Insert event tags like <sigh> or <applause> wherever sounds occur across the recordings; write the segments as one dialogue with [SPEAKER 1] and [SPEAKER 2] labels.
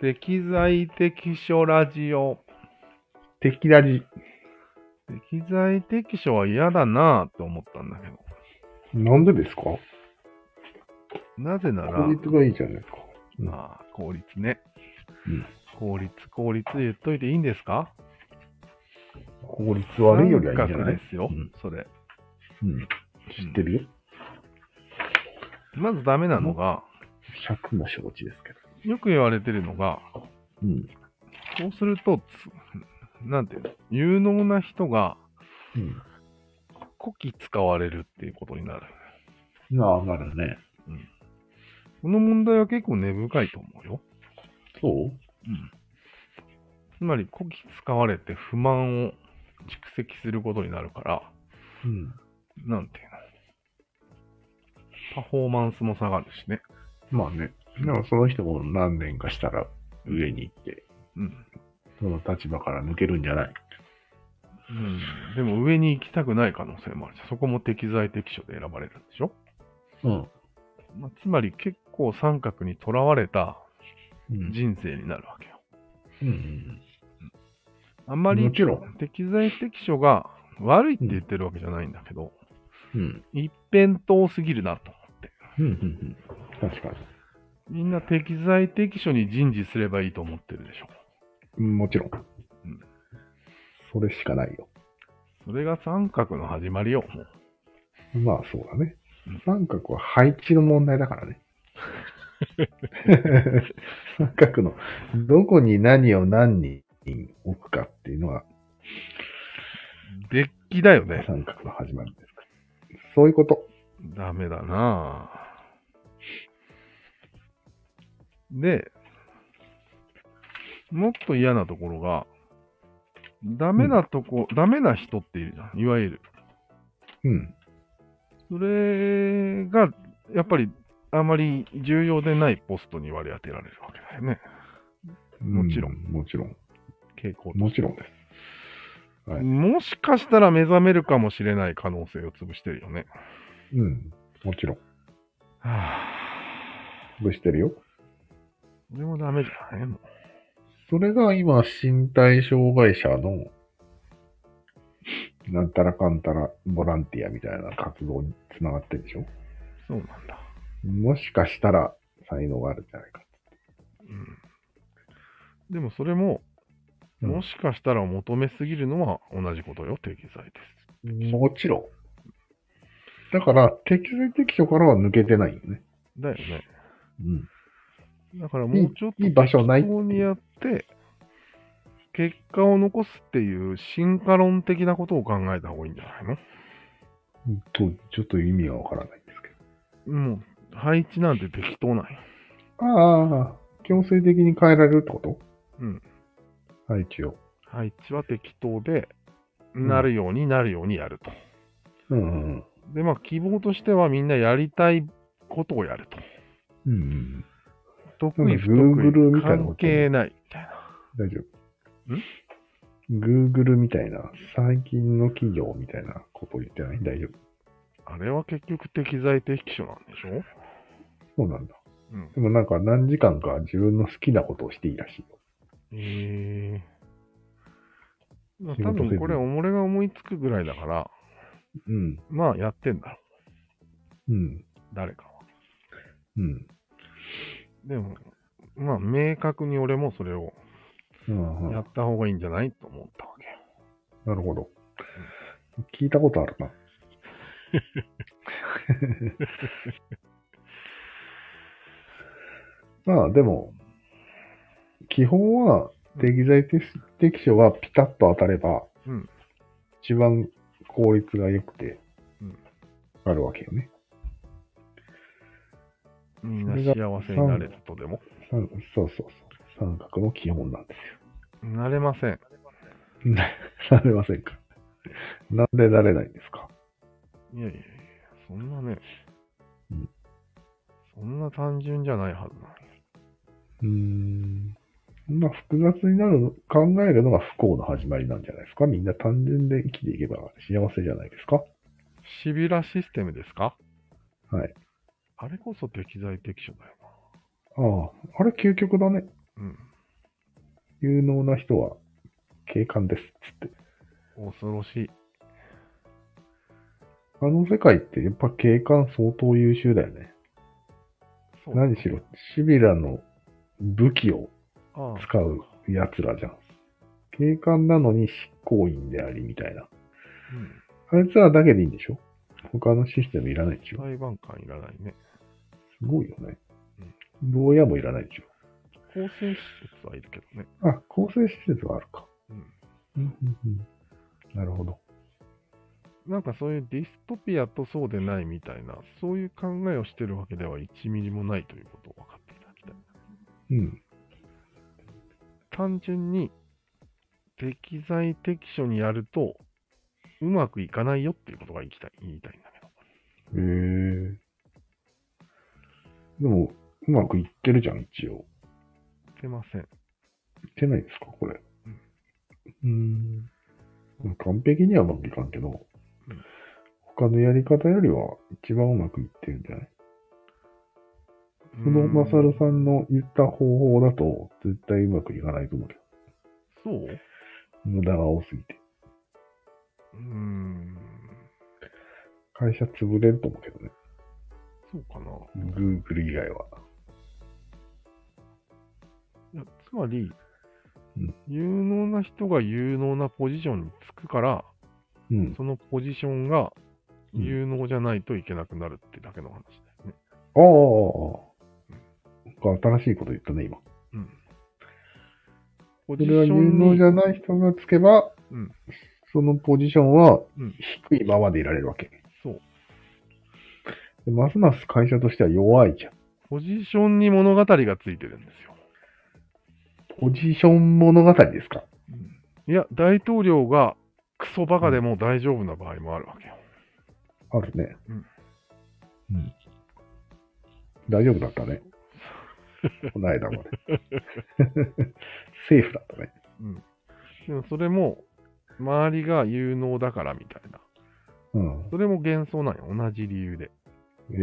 [SPEAKER 1] 適材適所ラジオ。
[SPEAKER 2] 敵ラジ。
[SPEAKER 1] 適材適所は嫌だなぁと思ったんだけど。
[SPEAKER 2] なんでですか
[SPEAKER 1] なぜなら、
[SPEAKER 2] 効率がいいじゃないですか。
[SPEAKER 1] ああ、効率ね。
[SPEAKER 2] うん
[SPEAKER 1] 効率、効率言っといていいんですか
[SPEAKER 2] 効率悪いよりはいいんじゃな
[SPEAKER 1] 感覚
[SPEAKER 2] い
[SPEAKER 1] ですよ、
[SPEAKER 2] うん
[SPEAKER 1] それ。
[SPEAKER 2] うん。知ってるよ。
[SPEAKER 1] まずダメなのが、
[SPEAKER 2] 尺も承知ですけど。
[SPEAKER 1] よく言われてるのが、
[SPEAKER 2] うん。
[SPEAKER 1] そうすると、つなんていうの、有能な人が、
[SPEAKER 2] うん。
[SPEAKER 1] こき使われるっていうことになる。
[SPEAKER 2] なあ、なるね。
[SPEAKER 1] この問題は結構根深いと思うよ。
[SPEAKER 2] そう
[SPEAKER 1] つまり、こき使われて不満を蓄積することになるから、
[SPEAKER 2] うん。
[SPEAKER 1] なんていうの。パフォーマンスも下がるしね。
[SPEAKER 2] まあね。でもその人も何年かしたら上に行って、
[SPEAKER 1] うん。
[SPEAKER 2] その立場から抜けるんじゃない
[SPEAKER 1] うん、でも上に行きたくない可能性もあるし、そこも適材適所で選ばれるんでしょ、
[SPEAKER 2] うん。
[SPEAKER 1] まあ、つまり結構三角にとらわれた
[SPEAKER 2] うん。
[SPEAKER 1] 人生になるわけよ。
[SPEAKER 2] うん。
[SPEAKER 1] あんまり
[SPEAKER 2] もちろん
[SPEAKER 1] 適材適所が悪いって言ってるわけじゃないんだけど、
[SPEAKER 2] うん。
[SPEAKER 1] 一辺倒すぎるなと思って。
[SPEAKER 2] うん。うん。確か
[SPEAKER 1] みんな適材適所に人事すればいいと思ってるでしょ。
[SPEAKER 2] に。もちろん。
[SPEAKER 1] ん
[SPEAKER 2] それしかないよ。
[SPEAKER 1] それが三角の始まりよ、もう。
[SPEAKER 2] まあそうだね
[SPEAKER 1] うん。
[SPEAKER 2] 三角は配置の問題だからね。三角のどこに何を何人置くかっていうのが
[SPEAKER 1] デッキだよね。
[SPEAKER 2] 三角の始まりですから。そういうこと。
[SPEAKER 1] ダメだなぁ。で、もっと嫌なところが、ダメなとこ、ダメな人っているじゃん。いわゆる。
[SPEAKER 2] うん。
[SPEAKER 1] それが、やっぱり、あまり重要でないポストに割り当てられるわけだよね。もちろん
[SPEAKER 2] うもちろん。
[SPEAKER 1] 傾向と
[SPEAKER 2] もちろんです。はい
[SPEAKER 1] もしかしたら目覚めるかもしれない可能性を潰してるよね。
[SPEAKER 2] うん。もちろん。
[SPEAKER 1] はぁ。
[SPEAKER 2] どうしてるよ。
[SPEAKER 1] これもダメじゃないも
[SPEAKER 2] それが今、身体障害者の、なんたらかんたらボランティアみたいな活動につながってるでしょ
[SPEAKER 1] そうなんだ。
[SPEAKER 2] もしかしたら才能があるんじゃないか。
[SPEAKER 1] うん。でもそれも、
[SPEAKER 2] うん
[SPEAKER 1] もしかしたら求めすぎるのは同じことよ、適材です。
[SPEAKER 2] もちろん。だから、適材適所からは抜けてないよね。
[SPEAKER 1] だよね。
[SPEAKER 2] うん。
[SPEAKER 1] だからもうちょっと
[SPEAKER 2] いい場所ないっていう
[SPEAKER 1] 適当にやって、結果を残すっていう進化論的なことを考えた方がいいんじゃないの
[SPEAKER 2] と、ちょっと意味がわからないんですけ
[SPEAKER 1] もう、配置なんて適当なんよ。
[SPEAKER 2] ど。ああ、強制的に変えられるってこと
[SPEAKER 1] うん。
[SPEAKER 2] はい、一応。
[SPEAKER 1] 配置は適当で、
[SPEAKER 2] ん
[SPEAKER 1] なるようになるようにやると。
[SPEAKER 2] うんうん
[SPEAKER 1] で、まあ、希望としてはみんなやりたいことをやると。
[SPEAKER 2] うん。うんうん。
[SPEAKER 1] 得意、
[SPEAKER 2] なんか
[SPEAKER 1] 不得
[SPEAKER 2] Google
[SPEAKER 1] 意、
[SPEAKER 2] みたいなこと
[SPEAKER 1] 関係ないみたいな。
[SPEAKER 2] 大丈夫。?Google みたいな、最近の企業みたいなこと言ってない大丈夫。
[SPEAKER 1] あれは結局適材適所なんでしょ
[SPEAKER 2] そうなんだ。
[SPEAKER 1] うん。
[SPEAKER 2] でもなんか何時間か自分の好きなことをしていいらしいよ。
[SPEAKER 1] えー。まあ
[SPEAKER 2] 仕
[SPEAKER 1] 多
[SPEAKER 2] 事
[SPEAKER 1] 分これ、俺が思いつくぐらいだから、
[SPEAKER 2] うん。
[SPEAKER 1] まあやってんだろ
[SPEAKER 2] うん。
[SPEAKER 1] う、誰かは。
[SPEAKER 2] うん。
[SPEAKER 1] でも、まあ明確に俺もそれを
[SPEAKER 2] うん、うん。
[SPEAKER 1] やった方がいいんじゃないと思ったわけよ。
[SPEAKER 2] なるほど。聞いたこと
[SPEAKER 1] <laughs>
[SPEAKER 2] あるな。まあでも、基本は適材適所はピタッと当たれば、
[SPEAKER 1] うん
[SPEAKER 2] 一番効率が良くて、
[SPEAKER 1] うん
[SPEAKER 2] あるわけよね。
[SPEAKER 1] みんな幸せになれるとでも。
[SPEAKER 2] 三そうそうそう。三角の基本なんで
[SPEAKER 1] なれません。
[SPEAKER 2] すよ。 <laughs> なれませんかなんでなれないんですか
[SPEAKER 1] いやいやいや、そんなね、
[SPEAKER 2] うん
[SPEAKER 1] そんな単純じゃないはずなのよ。
[SPEAKER 2] うーん。まあ、複雑になるの、考えるのが不幸の始まりなんじゃないですか。みんな単純で生きていけば幸せじゃないですか。
[SPEAKER 1] シビラシステムですか
[SPEAKER 2] はい。
[SPEAKER 1] あれこそ適材適所だよ
[SPEAKER 2] ああ、あれ究極だね。
[SPEAKER 1] な。うん。
[SPEAKER 2] 有能な人は警官です。つって。
[SPEAKER 1] 恐ろしい。
[SPEAKER 2] あの世界ってやっぱ警官相当優秀だよね。
[SPEAKER 1] そう
[SPEAKER 2] 何しろ、シビラの武器を
[SPEAKER 1] ああ
[SPEAKER 2] 使う奴らじゃん。警官なのに執行員でありみたいな。あいつらだけでいいんでしょ他のシステムいらないでし
[SPEAKER 1] うん、
[SPEAKER 2] ょ
[SPEAKER 1] 裁判官いらないね。
[SPEAKER 2] すごいよね。牢屋もいらないでしょ
[SPEAKER 1] 構成施設はいるけどね。
[SPEAKER 2] あ、構成施設があるか。
[SPEAKER 1] うん
[SPEAKER 2] うんうんうんなるほど。
[SPEAKER 1] なんかそういうディストピアとそうでないみたいな、そういう考えをしてるわけでは1ミリもないということを分かっていただきたい。
[SPEAKER 2] うん。
[SPEAKER 1] 単純に適材適所にやるとうまくいかないよっていうことが言いたい言いたいんだけど。
[SPEAKER 2] へえ。でも、うまくいってるじゃん、一応。
[SPEAKER 1] 出ません。
[SPEAKER 2] いってないですか、これ。うん。完璧にはうまくいかんけど
[SPEAKER 1] うん、
[SPEAKER 2] 他のやり方よりは一番うまくいってるんじゃないそのマサルさんの言った方法だと、絶対うまくいかないと思うけど。
[SPEAKER 1] そう
[SPEAKER 2] 無駄が多すぎて。
[SPEAKER 1] うーん。
[SPEAKER 2] 会社潰れると思うけどね。
[SPEAKER 1] そうかな。
[SPEAKER 2] Google 以外は。
[SPEAKER 1] いやつまり、
[SPEAKER 2] うん
[SPEAKER 1] 有能な人が有能なポジションにつくから、
[SPEAKER 2] うん。
[SPEAKER 1] そのポジションが
[SPEAKER 2] うん
[SPEAKER 1] 有能じゃないといけなくなるってだけの話だよね。
[SPEAKER 2] ああああ、ああ。新しいこと言ったね、今。
[SPEAKER 1] うん。ポ
[SPEAKER 2] それは有能じゃない人がつけば、
[SPEAKER 1] うん
[SPEAKER 2] そのポジションは
[SPEAKER 1] うん
[SPEAKER 2] 低いままでいられるわけ。
[SPEAKER 1] そう。
[SPEAKER 2] でますます会社としては弱いじゃん。
[SPEAKER 1] ポジションに物語がついてるんですよ。
[SPEAKER 2] ポジション物語ですか
[SPEAKER 1] いや、大統領がクソバカでも大丈夫な場合もあるわけよ。
[SPEAKER 2] あるね。
[SPEAKER 1] うん
[SPEAKER 2] うん大丈夫だっ
[SPEAKER 1] <laughs>
[SPEAKER 2] たね。この間まで。 <laughs> セーフだったね。
[SPEAKER 1] うん。でもそれも、周りが有能だからみたいな。
[SPEAKER 2] うん。
[SPEAKER 1] それも幻想なんよ。同じ理由で。
[SPEAKER 2] え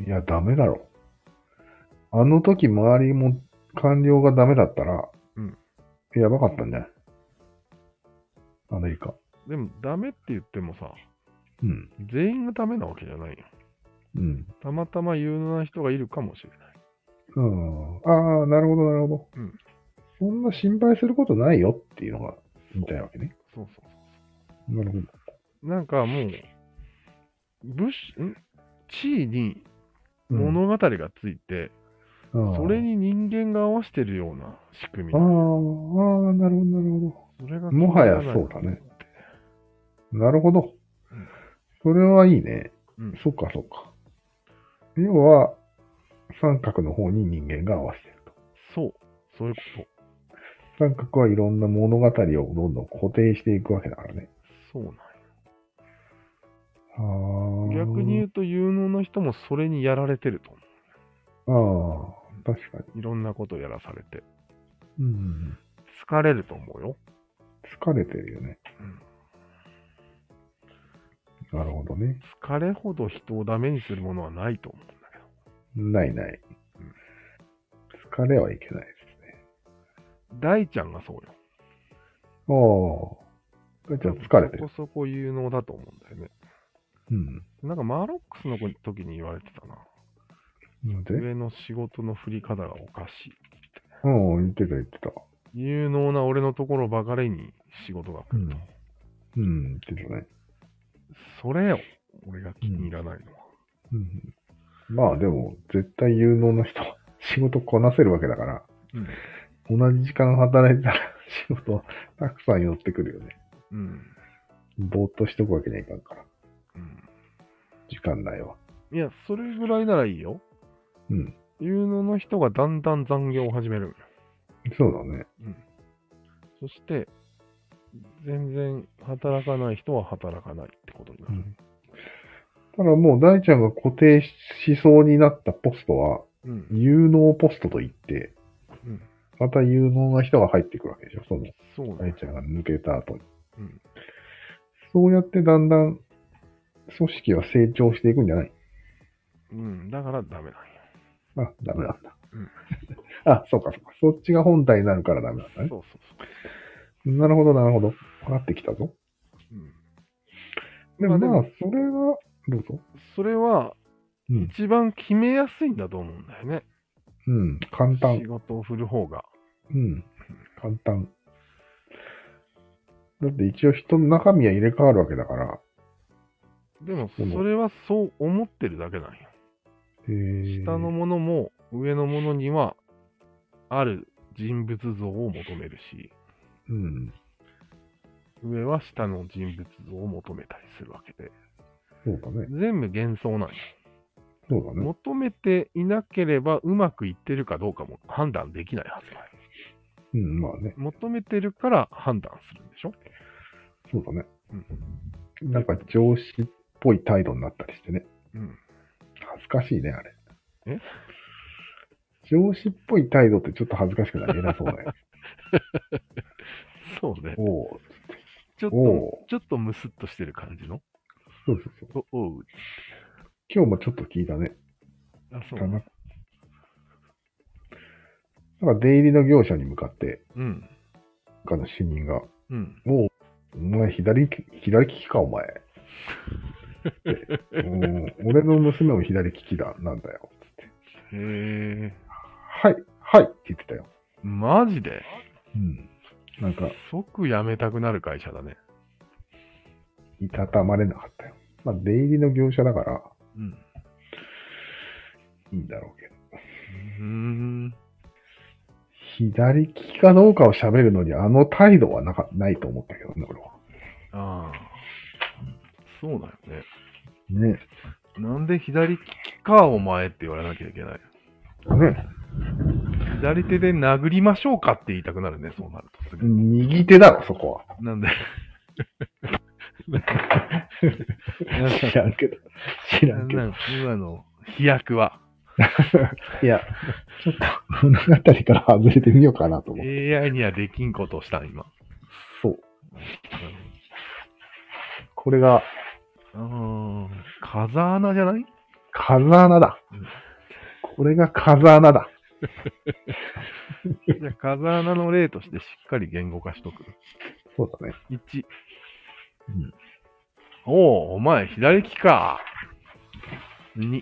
[SPEAKER 2] えいや、ダメだろ。あの時周りも官僚がダメだったら、
[SPEAKER 1] うん
[SPEAKER 2] やばかったんじゃないアメリカ。
[SPEAKER 1] でも、ダメって言ってもさ、
[SPEAKER 2] うん。
[SPEAKER 1] 全員がダメなわけじゃないよ。
[SPEAKER 2] うん。
[SPEAKER 1] たまたま有能な人がいるかもしれない。
[SPEAKER 2] うん、ああ、なるほど、なるほど。
[SPEAKER 1] うん
[SPEAKER 2] そんな心配することないよっていうのが言いたいわけね。
[SPEAKER 1] そうそう
[SPEAKER 2] なるほど。
[SPEAKER 1] そう。なんかもう、武士、ん地位に
[SPEAKER 2] うん
[SPEAKER 1] 物語がついて、
[SPEAKER 2] ああ
[SPEAKER 1] それに人間が合わせてるような仕組み
[SPEAKER 2] ああ、あ。あ、なるほど、なるほ
[SPEAKER 1] それが
[SPEAKER 2] ど。もはやそうだね。なるほど
[SPEAKER 1] うん。
[SPEAKER 2] それはいいね。
[SPEAKER 1] うん
[SPEAKER 2] そっか、そっか。要は、三角の方に人間が合わせてると。
[SPEAKER 1] そう。そういうこと。
[SPEAKER 2] 三角はいろんな物語をどんどん固定していくわけだからね。
[SPEAKER 1] そうなんよ
[SPEAKER 2] ああ。
[SPEAKER 1] 逆に言うと有能な人もそれにやられてると思
[SPEAKER 2] ああ、確か
[SPEAKER 1] う。いろんなことやらされて。
[SPEAKER 2] に。うん。
[SPEAKER 1] 疲れると思うよ。
[SPEAKER 2] 疲れてるよね。なるほどね。
[SPEAKER 1] 疲れほど人をダメにするものはないと思うんだけど。
[SPEAKER 2] ないない。疲れはいけないですね。
[SPEAKER 1] 大ちゃんがそうよ。
[SPEAKER 2] ああ。じゃあ疲れて
[SPEAKER 1] そ
[SPEAKER 2] る。
[SPEAKER 1] こそこ有能だと思うんだよね。
[SPEAKER 2] うん。
[SPEAKER 1] なんかマーロックスの時に言われてたな。
[SPEAKER 2] なんで
[SPEAKER 1] 上の仕事の振り方がおかしい。
[SPEAKER 2] うん、言ってた言ってた。
[SPEAKER 1] 有能な俺のところばかりに仕事が来ると。
[SPEAKER 2] うん、言ってたね。
[SPEAKER 1] それよ。俺が気に入らないのは。
[SPEAKER 2] うん。まあでも、絶対有能な人は仕事こなせるわけだから、
[SPEAKER 1] うん
[SPEAKER 2] 同じ時間働いたら <laughs> 仕事はたくさん寄ってくるよね。
[SPEAKER 1] うん。
[SPEAKER 2] ぼーっとしとくわけにはいかんから、
[SPEAKER 1] うん。
[SPEAKER 2] 時間内は。
[SPEAKER 1] いや、それぐらいならいいよ。
[SPEAKER 2] うん。
[SPEAKER 1] 有能の人がだんだん残業を始める。
[SPEAKER 2] そうだね。
[SPEAKER 1] そして、全然働かない人は働かないってことになる。
[SPEAKER 2] うんただもう大ちゃんが固定しそうになったポストは、
[SPEAKER 1] うん。
[SPEAKER 2] 有能ポストと言って、
[SPEAKER 1] うん。
[SPEAKER 2] また有能な人が入ってくるわけでしょ、その
[SPEAKER 1] そうね。
[SPEAKER 2] 大ちゃんが抜けた後に。
[SPEAKER 1] うん。
[SPEAKER 2] そうやってだんだん組織は成長していくんじゃない
[SPEAKER 1] うん。だからダメなんや。
[SPEAKER 2] あ、ダメなんだ。 <laughs> あ、そうか、そうか。そっちが本体になるからダメなんだね。
[SPEAKER 1] そうそう
[SPEAKER 2] なるほど、なるほど。分かってきたぞ。
[SPEAKER 1] そう。うん、まあで
[SPEAKER 2] でも
[SPEAKER 1] も
[SPEAKER 2] まあ、それは、どうぞ。
[SPEAKER 1] それは、
[SPEAKER 2] うん。
[SPEAKER 1] 一番決めやすいんだと思うんだよね。
[SPEAKER 2] うん。簡
[SPEAKER 1] 仕
[SPEAKER 2] 単。
[SPEAKER 1] 事を振る方が。
[SPEAKER 2] うん。簡単。だって一応人の中身は入れ替わるわけだから。
[SPEAKER 1] でも、
[SPEAKER 2] でも
[SPEAKER 1] それはそう思ってるだけなんよ。
[SPEAKER 2] へー
[SPEAKER 1] 下のものも上のものには、ある人物像を求めるし、
[SPEAKER 2] うん。
[SPEAKER 1] 上は下の人物像を求めたりするわけで、
[SPEAKER 2] そうだね。
[SPEAKER 1] 全部幻想なんよ。
[SPEAKER 2] そうだね。
[SPEAKER 1] 求めていなければうまくいってるかどうかも判断できないはずだよ。
[SPEAKER 2] うん、まあね。
[SPEAKER 1] 求めてるから判断するんでしょ、
[SPEAKER 2] そうだね。
[SPEAKER 1] うん
[SPEAKER 2] なんか上司っぽい態度になったりしてね。
[SPEAKER 1] うん、
[SPEAKER 2] 恥ずかしいね、あれ。
[SPEAKER 1] え
[SPEAKER 2] 上司っぽい態度ってちょっと恥ずかしくない偉そう
[SPEAKER 1] <laughs>
[SPEAKER 2] だよ。
[SPEAKER 1] そうね。
[SPEAKER 2] おう
[SPEAKER 1] ちょっ
[SPEAKER 2] お
[SPEAKER 1] と、ちょっとムスッとしてる感じの。
[SPEAKER 2] そうそうそう。
[SPEAKER 1] おおう。
[SPEAKER 2] 今日もちょっと聞いたね。
[SPEAKER 1] あ、そう
[SPEAKER 2] か
[SPEAKER 1] な。
[SPEAKER 2] な。なんか出入りの業者に向かって、
[SPEAKER 1] うん。
[SPEAKER 2] 他の主任が、
[SPEAKER 1] うん。
[SPEAKER 2] おうお前左利き、左利きか、
[SPEAKER 1] <laughs>
[SPEAKER 2] お前。ってうん俺の娘も左利きだ、なんだよ。
[SPEAKER 1] へえ。
[SPEAKER 2] はい、はいって言ってたよ。
[SPEAKER 1] マジで
[SPEAKER 2] うん。なんか、
[SPEAKER 1] 即辞めたくなる会社だね。
[SPEAKER 2] いたたまれなかったよ。まあ、出入りの業者だから、
[SPEAKER 1] うん。
[SPEAKER 2] いいんだろうけど。
[SPEAKER 1] うーん。
[SPEAKER 2] 左利きかどうかを喋るのに、あの態度はなかないと思ったけどね、俺は。
[SPEAKER 1] ああ。そうだよね。
[SPEAKER 2] ね。
[SPEAKER 1] なんで左利きか、お前って言われなきゃいけない。
[SPEAKER 2] ね。
[SPEAKER 1] 左手で殴りましょうかって言いたくなるね、そうなるとすぐ。
[SPEAKER 2] 右手だろ、そこは。
[SPEAKER 1] なんで。
[SPEAKER 2] 知らんけど。知ら
[SPEAKER 1] なんん
[SPEAKER 2] けど。
[SPEAKER 1] なん今の飛躍は。
[SPEAKER 2] いや、ちょっと物語から外れてみようかなと思って。
[SPEAKER 1] AI にはできんことをしたん、今。
[SPEAKER 2] そう。これが、
[SPEAKER 1] うん。風穴じゃない
[SPEAKER 2] 風穴だ。これが風穴だ。
[SPEAKER 1] じゃあ風穴の例としてしっかり言語化しとく。
[SPEAKER 2] そうだね。 <laughs>
[SPEAKER 1] 1。
[SPEAKER 2] うん
[SPEAKER 1] おお、お前、左利きか。2。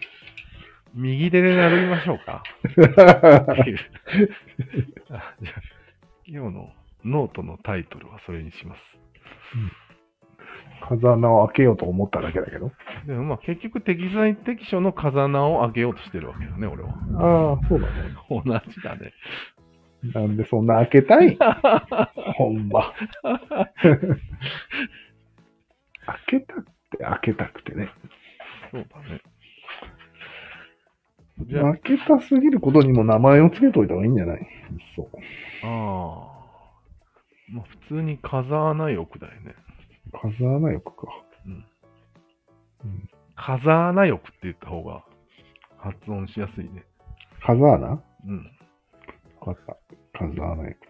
[SPEAKER 1] 右手で殴りましょうか。っていうあじゃあ今日のノートのタイトルはそれにします。
[SPEAKER 2] 風穴を開けようと思っただけだけど。
[SPEAKER 1] でもまあ結局適材適所の風穴を開けようとしてるわけだね、俺は。
[SPEAKER 2] ああ、そうだね。
[SPEAKER 1] 同じだね。
[SPEAKER 2] なんでそんな開けたいほんま。開けたくて開けたくてね。
[SPEAKER 1] そうだね。じゃあ、
[SPEAKER 2] 開けたすぎることにも名前をつけといた方がいいんじゃないそう。
[SPEAKER 1] あーまあ普通に風穴欲だよね。
[SPEAKER 2] 風穴欲か。
[SPEAKER 1] 風穴欲って言った方が発音しやすいね。
[SPEAKER 2] 風穴
[SPEAKER 1] うん。
[SPEAKER 2] わかった。風穴欲。